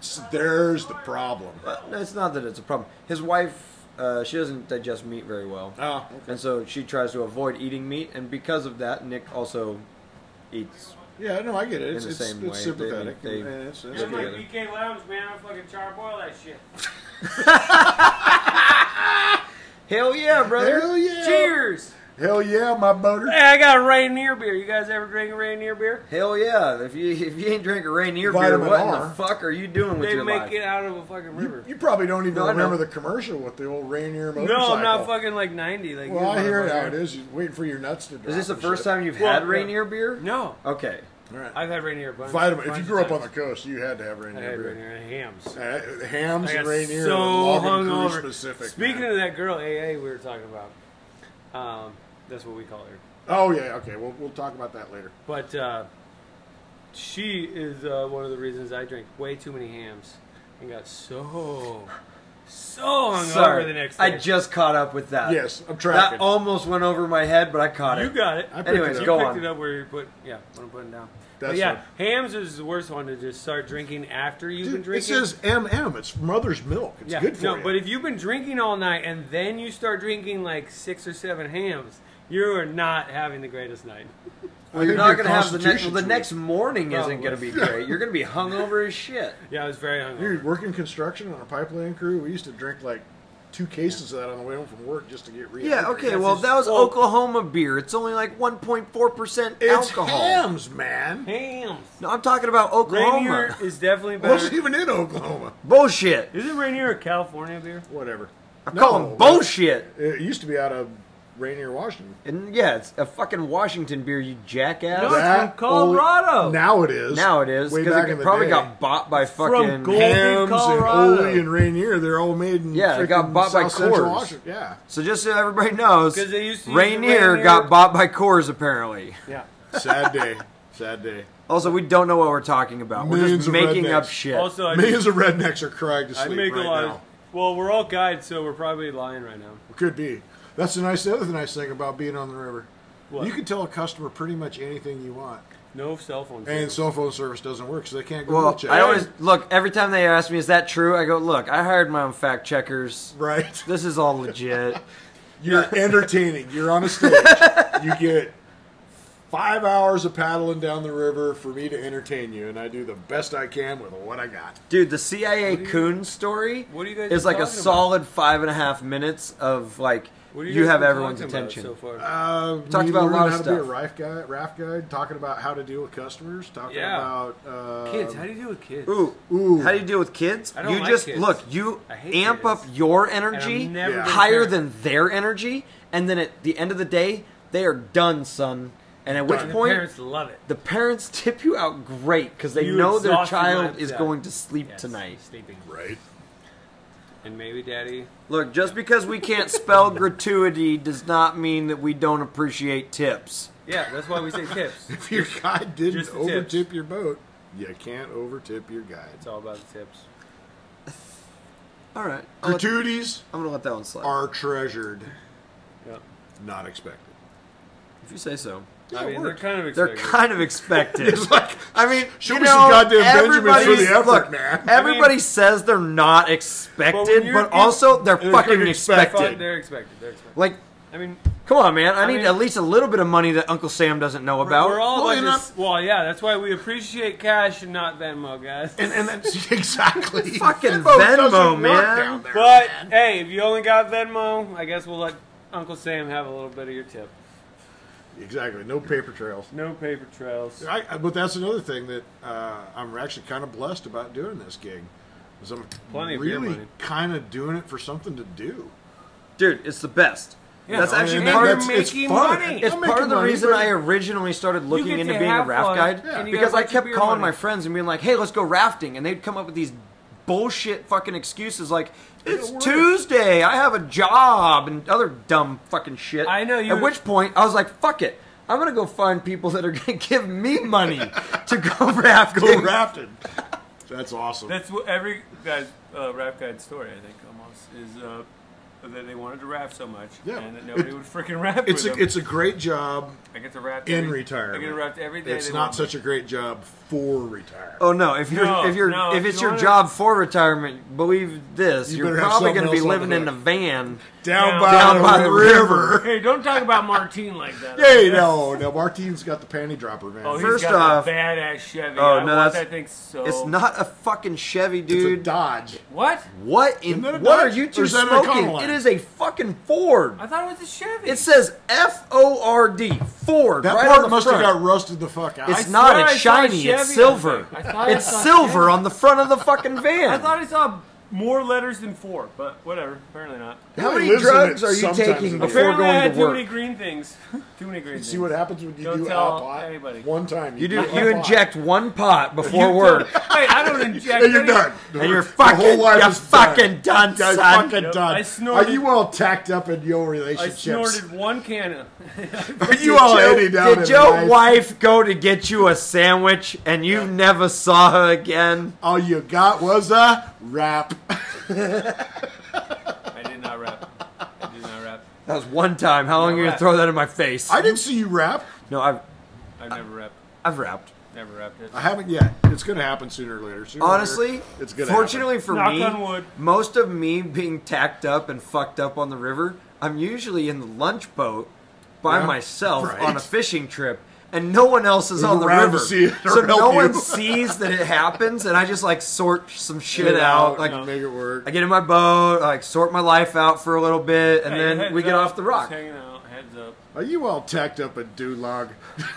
S2: So there's the problem.
S1: But it's not that it's a problem. His wife, uh, she doesn't digest meat very well.
S2: Oh,
S1: And so she tries to avoid eating meat, and because of that, Nick also eats.
S2: yeah, no, I get it. It's,
S1: the
S2: it's,
S1: same way,
S2: it's sympathetic.
S1: they-
S2: and-
S1: they-
S2: and it's-
S1: they
S2: it's
S3: That's
S1: do
S2: good.
S3: my
S1: together.
S3: BK Lounge, man. I fucking charboil that shit.
S1: Hell yeah, brother!
S2: Hell yeah!
S3: Cheers!
S2: Hell yeah, my butter.
S3: Hey, I got a Rainier beer. You guys ever drink a Rainier beer?
S1: Hell yeah! If you if you ain't drinking Rainier
S2: Vitamin
S1: beer, what in
S2: R.
S1: the fuck are you doing with
S3: They
S1: your
S3: make
S1: life?
S3: it out of a fucking river.
S2: You probably don't even
S1: No, I know.
S2: remember the commercial with the old Rainier motorcycle.
S3: No, I'm not fucking like 90. Like
S2: Well,
S3: you
S2: I hear how
S3: motherfucker.
S2: it is. You're waiting for your nuts to drop.
S1: Is this the
S2: and
S1: first
S2: shit.
S1: time you've
S3: Well,
S1: had
S3: yeah.
S1: Rainier beer?
S3: No,
S1: Okay.
S2: All right.
S3: I've had Rainier. a bunch-
S2: Vitamin. If
S3: bunch
S2: you
S3: of
S2: grew up on the
S3: times.
S2: coast, you had to have
S3: I had
S2: Rainier. beer.
S3: Rainier and hams.
S2: Uh, hams
S3: I
S2: and
S3: got
S2: Rainier
S3: so
S2: and Logan Crew
S3: hungover.
S2: specific.
S3: Speaking
S2: man.
S3: of that girl AA we were talking about, Um, that's what we call her.
S2: Oh yeah, okay. We'll we'll talk about that later.
S3: But uh, she is uh, one of the reasons I drank way too many hams and got so so hungover
S1: Sorry,
S3: the next day.
S1: I just caught up with
S3: Uh,
S1: that.
S2: Yes, I'm
S1: that
S2: tracking.
S1: almost went over my head, but I caught
S3: you
S1: it.
S3: got it.
S2: I picked
S1: Anyways,
S2: it up.
S1: go
S3: you picked
S1: on.
S3: it up where you put yeah what I'm putting down. But
S2: That's
S3: yeah,
S2: fine.
S3: hams is the worst one to just start drinking after you've been
S2: Dude, it
S3: drinking.
S2: says MM. It's mother's milk. It's
S3: yeah,
S2: good for
S3: no,
S2: you.
S3: but if you've been drinking all night and then you start drinking like six or seven hams, you are not having the greatest night.
S2: well,
S1: You're not gonna have the next.
S2: constitution's
S1: Well, the
S2: weak.
S1: next morning isn't
S3: Probably.
S1: gonna be great. You're gonna be hungover as shit.
S3: Yeah, I was very hungover.
S2: Dude, working construction on a pipeline crew, we used to drink like two cases of that on the way home from work just to get rehydrated.
S1: Yeah. Okay.
S3: That's
S1: Well,
S3: just-
S1: that was
S3: well-
S1: Oklahoma beer. It's only like 1.4 percent
S2: It's
S1: alcohol.
S2: hams, man.
S3: Hams.
S1: No, I'm talking about Oklahoma.
S3: Rainier is definitely
S2: It wasn't
S3: better.
S2: even in Oklahoma.
S1: Bullshit.
S3: Is it Rainier a California beer?
S2: Whatever.
S1: I call them bullshit.
S2: It used to be out of Rainier, Washington.
S1: And yeah, it's a fucking Washington beer, you jackass.
S3: No, it's
S2: That
S3: from Colorado.
S2: only- now it is.
S1: now it is
S2: Way
S1: because
S2: back
S1: it
S2: in the
S1: probably
S2: day,
S1: got bought by fucking.
S3: Gold Beach,
S2: Hams
S3: Colorado.
S2: and Ole and Rainier. They're all made in
S1: Yeah, they got
S2: freaking
S1: bought by
S2: South Central
S1: Coors.
S2: Washington. Yeah.
S1: So just so everybody knows,
S3: 'Cause they used to use
S1: Rainier,
S3: Rainier-
S1: got bought by Coors apparently.
S3: Yeah.
S2: Sad day. Sad day.
S1: Also, we don't know what we're talking about. We're
S2: Millions
S1: just
S2: of
S1: making
S2: rednecks.
S1: up shit.
S3: Also, I,
S2: Millions of rednecks are crying to
S3: I
S2: sleep
S3: make
S2: right
S3: a lot.
S2: now.
S3: Of, well, we're all guides, so we're probably lying right now.
S2: Could be. That's the nice. The other nice thing about being on the river,
S3: What?
S2: you can tell a customer pretty much anything you want,
S3: No cell phone.
S2: and
S3: service.
S2: cell phone service doesn't work, so they can't Google
S1: well,
S2: check.
S1: I always look every time they ask me, "Is that true?" I go, "Look, I hired my own fact checkers.
S2: right.
S1: This is all legit."
S2: You're entertaining. You're on a stage. you get five hours of paddling down the river for me to entertain you, and I do the best I can with what I got.
S1: Dude, the CIA Coon story
S3: what are you guys
S1: is like a
S3: talking about?
S1: solid five and a half minutes of like
S3: What
S1: you,
S3: do you, guys
S1: have
S3: been
S1: everyone's
S3: talking about
S1: attention.
S3: so far.
S2: Uh,
S1: Um, talked
S2: we
S1: about a
S2: learned
S1: lot of
S2: how to be a
S1: stuff.
S2: raft guide, raft guide, talking about how to deal with customers, talking
S3: Yeah.
S2: about uh,
S3: kids, how do you deal with kids?
S1: Ooh,
S2: Ooh.
S1: how do you deal with kids?
S3: I don't
S1: you
S3: like
S1: just
S3: kids.
S1: look, you
S3: I hate
S1: amp
S3: kids.
S1: up your
S3: And
S1: energy
S3: I'm never
S2: Yeah.
S3: gonna
S1: higher
S3: care.
S1: than their energy, and then at the end of the day, they are done, son. And at
S2: Done.
S1: which
S3: The
S1: point,
S3: parents love it.
S1: the parents tip you out great because they
S3: You
S1: know their
S3: exhausted
S1: child
S3: my-
S1: is
S3: yeah.
S1: going to sleep
S3: Yes,
S1: tonight.
S3: sleeping,
S2: right?
S3: and maybe daddy.
S1: Look, just because we can't spell gratuity does not mean that we don't appreciate tips.
S3: Yeah, that's why we say tips.
S2: If your guide didn't
S3: Just the
S2: overtip
S3: tips.
S2: your boat, you can't overtip your guide.
S3: It's all about the tips.
S1: All right, I'll let-
S2: Gratuities
S1: I'm gonna let that one slide.
S2: are treasured,
S3: Yep.
S2: not expected.
S1: If you say so.
S3: I
S2: it
S3: mean,
S2: worked.
S3: they're kind of
S1: They're
S3: expected.
S1: kind of expected.
S2: It's like
S1: I mean,
S2: Show
S1: you
S2: me
S1: know,
S2: some goddamn Benjamins for the
S1: everybody's-
S2: effort,
S1: look,
S2: man.
S1: Everybody
S3: I mean-
S1: says they're not expected,
S3: But when
S1: but,
S3: you're-
S1: also they're
S2: they're
S1: fucking
S2: fucking expected.
S1: expected.
S3: Fuck, They're expected. They're expected.
S1: Like,
S3: I mean,
S1: come on, man. I, need
S3: mean-
S1: at least a little bit of money that Uncle Sam doesn't know about.
S3: we're all
S2: well,
S3: about
S2: and
S3: this. Well, yeah, that's why we appreciate cash and not Venmo, guys.
S2: And, and that's exactly
S1: Fucking
S2: doesn't
S1: Venmo,
S2: work
S1: man.
S2: down there,
S3: But
S2: man.
S3: hey, if you only got Venmo, I guess we'll let Uncle Sam have a little bit of your tip.
S2: exactly, no paper trails.
S3: No paper trails.
S2: I, I- but that's another thing that uh, I'm actually kind of blessed about doing this gig, is I'm
S3: Plenty of beer
S2: really
S3: money.
S2: kind of doing it for something to do.
S1: Dude, it's the best.
S3: Yeah,
S1: that's
S3: I mean,
S1: actually
S3: and
S1: part
S3: you're
S1: of
S3: ma-
S2: it's
S3: making
S2: fun.
S3: money.
S1: It's
S2: I'm
S1: part of
S2: making
S1: the
S2: money,
S1: reason
S2: but
S1: I originally started looking
S3: get
S1: into
S3: to
S1: being a
S3: have
S1: raft
S3: fun,
S1: guide
S3: and you
S1: because
S3: got a
S1: I
S3: bunch of
S1: kept
S3: beer
S1: calling
S3: money.
S1: my friends and being like, "Hey, let's go rafting," and they'd come up with these bullshit fucking excuses like, "It's
S2: work."
S1: Tuesday, I have a job," and other dumb fucking shit.
S3: I know you-
S1: At which point, I was like, "Fuck it." I'm gonna go find people that are gonna give me money to go rafting.
S2: Go rafting. That's awesome.
S3: That's what every guy's uh, raft guide story, I think, almost is uh, that they wanted to raft so much,
S2: Yeah.
S3: and that nobody
S2: It-
S3: would freaking raft
S2: it's
S3: with
S2: a,
S3: them.
S2: it's a great job
S3: I get to raft
S2: in
S3: every, I
S2: retirement.
S3: get to raft every day.
S2: It's
S3: they
S2: not
S3: want me.
S2: such a great job for retirement.
S1: Oh no! If you're
S3: No,
S1: if you're
S3: no,
S1: if
S3: if
S1: it's
S3: you
S1: your
S3: wanna-
S1: job for retirement, believe this,
S2: You
S1: you are
S2: better have
S1: probably
S2: something
S1: gonna be
S2: else on the
S1: living in a
S2: hook.
S1: van.
S2: Down,
S3: Down-
S2: by,
S1: down
S2: the
S1: by the
S2: river.
S3: Hey, don't talk about Martine like that.
S2: Hey, no, no. Martine's got the panty dropper van.
S3: Oh, he's
S1: First
S3: got
S1: off-
S3: a badass Chevy.
S1: Oh,
S3: I
S1: no,
S3: want
S1: that's-
S3: that thing so.
S1: It's not a fucking Chevy,
S2: it's
S1: dude.
S2: a Dodge.
S3: What?
S1: What in
S2: Isn't that a
S1: what are
S2: Dodge?
S1: you
S2: Or
S1: two
S2: is that an
S1: smoking?
S2: Econoline?
S1: It is a fucking Ford.
S3: I thought it was a Chevy.
S1: It says F O R D Ford.
S2: That
S1: right on the
S2: part must
S1: front.
S2: have got rusted the fuck out.
S1: It's
S3: I
S1: not.
S3: swear
S1: It's
S3: I saw a
S1: shiny. It's
S3: Chevy
S1: silver.
S3: on there. I thought I
S1: It's
S3: saw
S1: silver
S3: Chevy.
S1: on the front of the fucking van.
S3: I thought I saw
S5: more letters than four, but whatever. Apparently not.
S2: Everybody
S1: many
S2: lives in
S1: drugs
S2: it
S1: are you
S2: sometimes
S1: taking
S2: in the
S1: before-
S2: world.
S5: Apparently, I
S1: going
S5: had
S1: to
S5: too
S1: work.
S5: many green things. too many green
S2: You
S5: things.
S2: see what happens when you
S5: Don't
S2: do
S5: tell
S2: a pot?
S5: anybody.
S2: One time.
S1: You do.
S2: a
S1: You
S2: pot.
S1: inject one pot before
S5: You
S1: work,
S5: don't- Wait, I don't inject.
S2: And you're
S5: any-
S2: done.
S1: and you're
S2: The
S1: fucking.
S2: whole life
S1: you're
S2: is done.
S1: fucking done,
S2: You guys
S1: son.
S2: fucking
S5: Yep,
S2: done.
S5: I snorted-
S2: Are you all tacked up in your
S5: I
S2: relationships?
S5: snorted one can of.
S2: Are you all heading down
S1: Did
S2: in
S1: your
S2: life?
S1: wife go to get you a sandwich and you never saw her again?
S2: All you got was a rap.
S5: I did not rap. I did not rap.
S1: That was one time. How long
S5: No
S1: are you gonna
S5: rap.
S1: throw that in my face?
S2: I didn't see you rap.
S1: no, I've
S5: I've never rapped.
S1: I've rapped.
S5: Never rapped it.
S2: I haven't yet. It's going to happen sooner or later. Sooner or later,
S1: Honestly,
S2: it's going to
S1: fortunately for
S5: Knock
S1: me,
S5: on wood.
S1: most of me being tacked up and fucked up on the river, I'm usually in the lunch boat by
S2: Yeah,
S1: myself
S2: right.
S1: on a fishing trip, and no one else is on the
S2: around to
S1: river,
S2: see it or
S1: so no
S2: help you.
S1: one sees that it happens, and I just like sort some shit
S2: Get
S1: out.
S2: out,
S1: Like
S2: like, make it work.
S1: I get in my boat, I, like sort my life out for a little bit, and
S5: Hey,
S1: then
S5: heads
S1: we get
S5: up,
S1: off the rock.
S5: Just hanging out, heads up.
S2: Are you all tacked up in Dulag?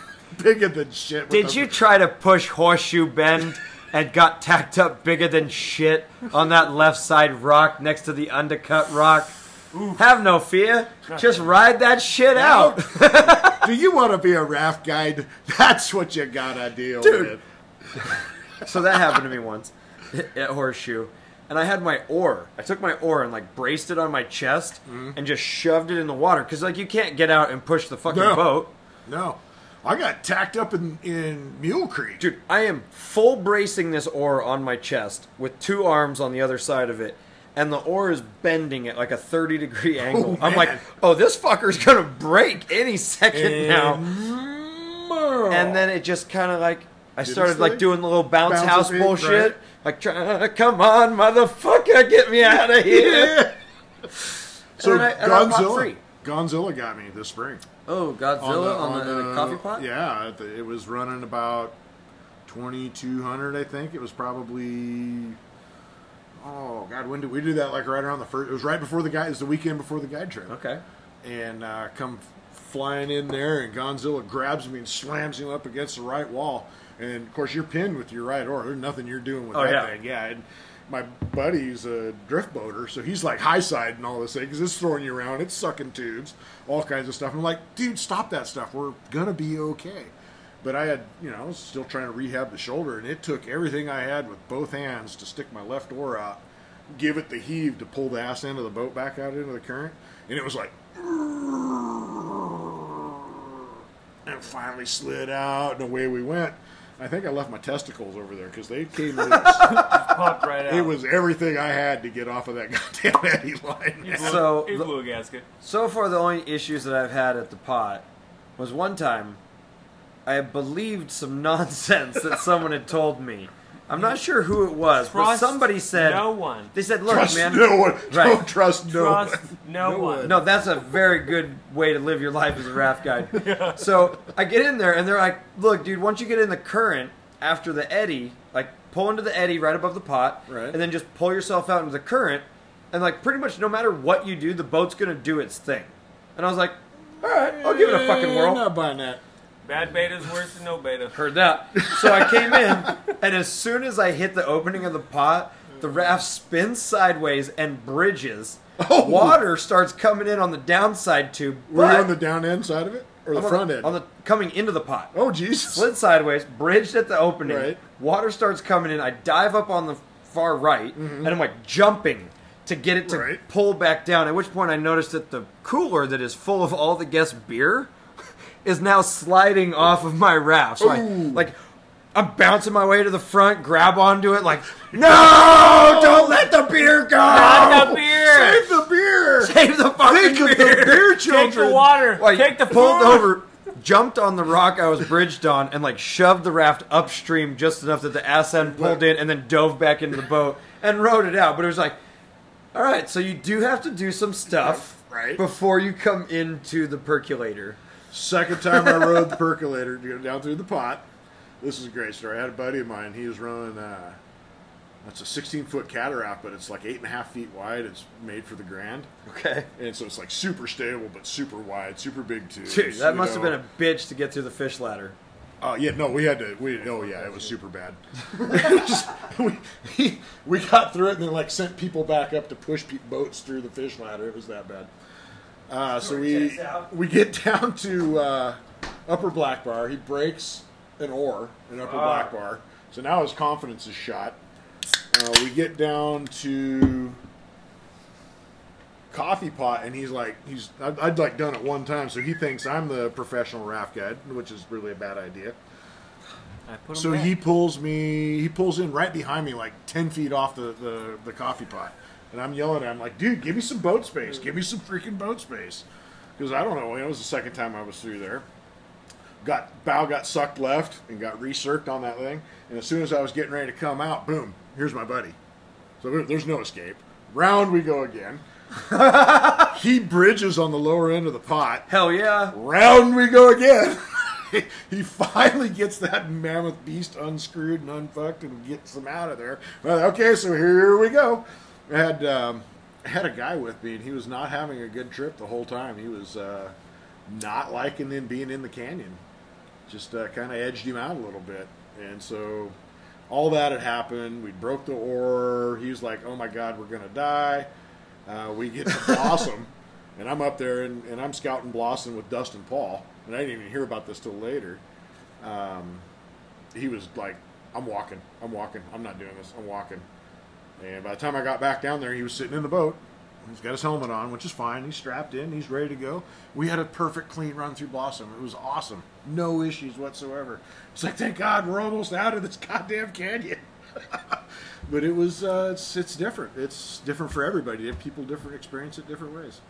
S2: Bigger than shit. with
S1: Did
S2: a-
S1: you try to push horseshoe bend and got tacked up bigger than shit on that left side rock next to the undercut rock? Have no fear. Just ride that shit out.
S2: Do you want to be a raft guide? That's what you got to deal
S1: Dude.
S2: with.
S1: so that happened to me once at horseshoe. And I had my oar. I took my oar and like braced it on my chest and just shoved it in the water because like you can't get out and push the fucking
S2: No.
S1: boat.
S2: No. I got tacked up in, in Mule Creek.
S1: Dude, I am full bracing this oar on my chest with two arms on the other side of it, and the oar is bending at like a 30 degree angle. I'm like,
S2: man.
S1: oh, this fucker's gonna break any second now.
S2: now.
S1: And then it just kind of like, I
S2: its
S1: started like
S2: thing.
S1: doing the little bounce
S2: Bounces
S1: house
S2: it,
S1: bullshit.
S2: right.
S1: Like, try, "Uh, come on, motherfucker, get me out of here.
S2: So
S1: And I- and I bought
S2: Gonzilla,
S1: three.
S2: Gonzilla got me this spring.
S1: Oh, Godzilla on the, in the coffee pot?
S2: Yeah, at the- it was running about twenty two hundred. I think it was probably. Oh God, when did we do that? Like right around the first. It was right before the guy. It was the weekend before the guide trip.
S1: Okay.
S2: And uh, come flying in there, and Gonzilla grabs me and slams him up against the right wall. And of course, you're pinned with your right oar. There's nothing you're doing with
S1: Oh,
S2: that
S1: yeah.
S2: thing. Yeah. And my buddy's a drift boater, so he's like high side and all this thing because it's throwing you around, it's sucking tubes, all kinds of stuff. I'm like, dude, stop that stuff. We're gonna be okay. But I had, you know, I was still trying to rehab the shoulder, and it took everything I had with both hands to stick my left oar out, give it the heave to pull the ass end of the boat back out into the current, and it was like, and finally slid out, and away we went. I think I left my testicles over there because they came loose.
S5: Popped right out.
S2: It was everything I had to get off of that goddamn Eddie line.
S5: He blew,
S1: So,
S5: he
S1: the-
S5: blew a gasket.
S1: So far, the only issues that I've had at the pot was one time I believed some nonsense that someone had told me. I'm not sure who it was, but
S5: Trust
S1: somebody said
S5: no one.
S1: They said, "Look,
S2: Trust
S1: man,
S2: no one.
S1: Right.
S2: Don't trust no
S5: Trust
S2: one.
S5: no,
S2: No
S5: one.
S2: one.
S1: No, that's a very good way to live your life as a raft guide. So I get in there, and they're like, "Look, dude, once you get in the current after the eddy, like pull into the eddy right above the pot,
S2: Right.
S1: and then just pull yourself out into the current, and like pretty much no matter what you do, the boat's gonna do its thing." And I was like, "All right, I'll give it a fucking whirl."
S2: Not buying that.
S5: Bad beta's worse than no beta.
S1: Heard that. So I came in, and as soon as I hit the opening of the pot, the raft spins sideways and bridges.
S2: Oh.
S1: Water starts coming in on the downside tube.
S2: Were
S1: but-
S2: you on the down end side of it or the
S1: I'm on
S2: front
S1: the-
S2: end?
S1: On the coming into the pot.
S2: oh Jesus!
S1: Slid sideways, bridged at the opening.
S2: Right.
S1: Water starts coming in. I dive up on the far right, and I'm like jumping to get it to
S2: Mm-hmm. Right.
S1: pull back down. At which point, I noticed that the cooler that is full of all the guest beer is now sliding off of my raft. So I,
S2: Ooh.
S1: like, I'm bouncing my way to the front, grab onto it, like, no, don't let the beer go.
S5: Not the beer.
S2: Save the beer.
S1: Save the fucking
S2: Think of
S1: beer.
S2: the beer
S5: Take the
S2: children.
S5: water.
S1: Like,
S5: Take the
S1: pulled
S5: food.
S1: over, jumped on the rock I was bridged on, and like shoved the raft upstream just enough that the ass end pulled in, and then dove back into the boat and rode it out. But it was like, all right, so you do have to do some stuff
S2: Right.
S1: before you come into the percolator.
S2: Second time I rode the percolator to go down through the pot. This is a great story. I had a buddy of mine. He was running. Uh, it's a 16 foot cataract, but it's like eight and a half feet wide. It's made for the grand.
S1: Okay,
S2: And so it's like super stable, but super wide, super big too.
S1: dude, that must have been a bitch to get through the fish ladder.
S2: Uh, yeah, no, we had to. We oh yeah, it was super bad. Just- we, we got through it and then like sent people back up to push pe- boats through the fish ladder. It was that bad. Uh, so we
S4: Checks out.
S2: we get down to uh, upper black bar. He breaks an oar in upper black bar. So now his confidence is shot. Uh, we get down to coffee pot and he's like he's I'd, I'd like done it one time so he thinks i'm the professional raft guide which is really a bad idea
S5: I put 'em
S2: so
S5: back.
S2: he pulls me he pulls in right behind me like 10 feet off the, the, the coffee pot and i'm yelling at him like dude give me some boat space give me some freaking boat space because i don't know it was the second time i was through there got bow got sucked left and got recirked on that thing and as soon as i was getting ready to come out boom here's my buddy so there- there's no escape round we go again he bridges on the lower end of the pot
S1: Hell yeah.
S2: round we go again. he finally gets that mammoth beast unscrewed and unfucked and gets them out of there. Well, okay, so here we go. I had um, I had a guy with me, and he was not having a good trip the whole time. He was uh, not liking then being in the canyon. Just uh, kind of edged him out a little bit, and so all that had happened. We broke the oar. He was like, "Oh my God, we're gonna die." Uh, we get to Blossom, and I'm up there and, and I'm scouting Blossom with Dustin Paul, and I didn't even hear about this till later. Um, he was like, "I'm walking, I'm walking, I'm not doing this, I'm walking." And by the time I got back down there, he was sitting in the boat. He's got his helmet on, which is fine. He's strapped in. He's ready to go. We had a perfect clean run through Blossom. It was awesome. No issues whatsoever. It's like, thank God we're almost out of this goddamn canyon. but it was, uh, it's, it's different. It's different for everybody. People different experience it different ways.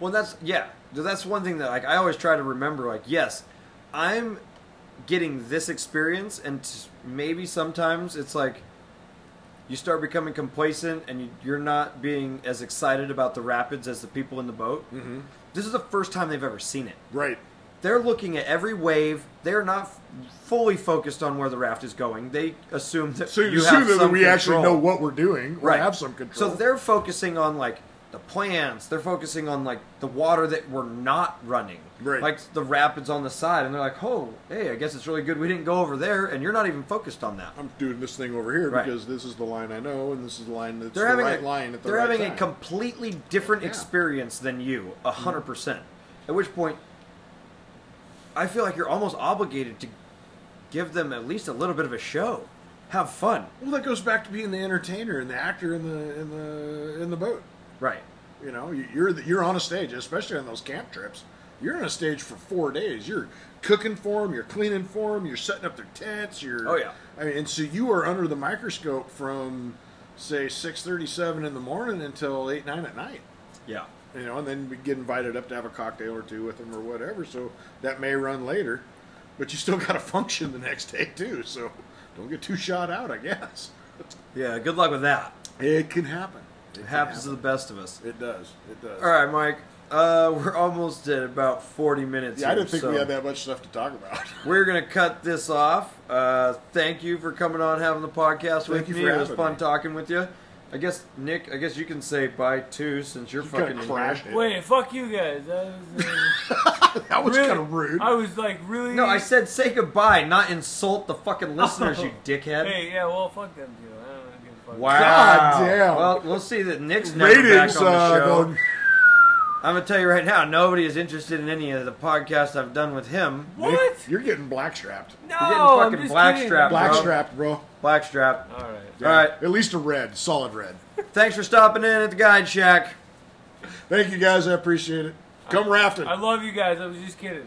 S1: Well, that's yeah. That's one thing that like I always try to remember. Like, yes, I'm getting this experience, and t- maybe sometimes it's like you start becoming complacent, and you, you're not being as excited about the rapids as the people in the boat. Mm-hmm. This is the first time they've ever seen it.
S2: Right.
S1: They're looking at every wave. They're not f- fully focused on where the raft is going. They assume that
S2: So you,
S1: you
S2: assume
S1: have
S2: that
S1: some
S2: we actually know
S1: control.
S2: what we're doing or have some control.
S1: So they're focusing on like the plants. They're focusing on like the water that we're not running.
S2: Right.
S1: Like the rapids on the side, and they're like, "Oh, hey, I guess it's really good we didn't go over there." And you're not even focused on that.
S2: I'm doing this thing over here
S1: Right.
S2: because this is the line I know, and this is the line that's
S1: They're
S2: the
S1: having
S2: right
S1: a
S2: line at the
S1: they're
S2: right
S1: having a
S2: time.
S1: completely different
S2: Yeah. Mm-hmm.
S1: experience than you, a hundred percent. At which point, I feel like you're almost obligated to give them at least a little bit of a show, have fun,
S2: Well, that goes back to being the entertainer and the actor in the in the in the boat.
S1: right?
S2: You know, you- you're the- you're on a stage, especially on those camp trips. You're on a stage for four days. You're cooking for them. You're cleaning for them. You're setting up their tents. You're
S1: Oh, yeah.
S2: I mean, and so you are under the microscope from say six thirty seven in the morning until eight nine at night.
S1: Yeah.
S2: You know, and then we get invited up to have a cocktail or two with them or whatever. So that may run later, but you still got to function the next day too. So don't get too shot out, I guess.
S1: Yeah. Good luck with that.
S2: It can happen.
S1: It happens to the best of us.
S2: the. It does. It does.
S1: All right, Mike. Uh, we're almost at about 40 minutes.
S2: Yeah, I
S1: here,
S2: didn't think
S1: so
S2: we had that much stuff to talk about.
S1: We're gonna cut this off. Uh, thank you for coming on, having the podcast with
S2: you
S1: me.
S2: for
S1: it was
S2: having
S1: fun
S2: me.
S1: talking with you. I guess Nick. I guess you can say bye too, since you're
S2: kinda
S1: fucking in
S2: crashed
S1: here.
S2: it.
S5: Wait, fuck you guys. That was, uh,
S2: that was
S5: really-
S2: kind of rude.
S5: I was like really.
S1: No, I said say goodbye, not insult the fucking
S2: Oh.
S1: listeners, you dickhead.
S5: Hey, yeah, well, fuck them too. I don't give a fuck.
S1: Wow.
S2: God damn.
S1: Well, we'll see that Nick's never
S2: Ratings.
S1: back on the
S2: Uh,
S1: show.
S2: going,
S1: I'm gonna tell you right now, nobody is interested in any of the podcasts I've done with him.
S5: What?
S2: Nick, You're getting blackstrapped.
S5: No,
S1: You're getting
S5: I'm
S1: fucking
S5: just
S1: blackstrapped.
S5: kidding.
S2: Blackstrapped, bro.
S1: Blackstrap.
S5: All right.
S1: All right.
S2: At least a red, solid red.
S1: Thanks for stopping in at the Guide Shack.
S2: Thank you guys. I appreciate it. Come rafting.
S5: I love you guys. I was just kidding.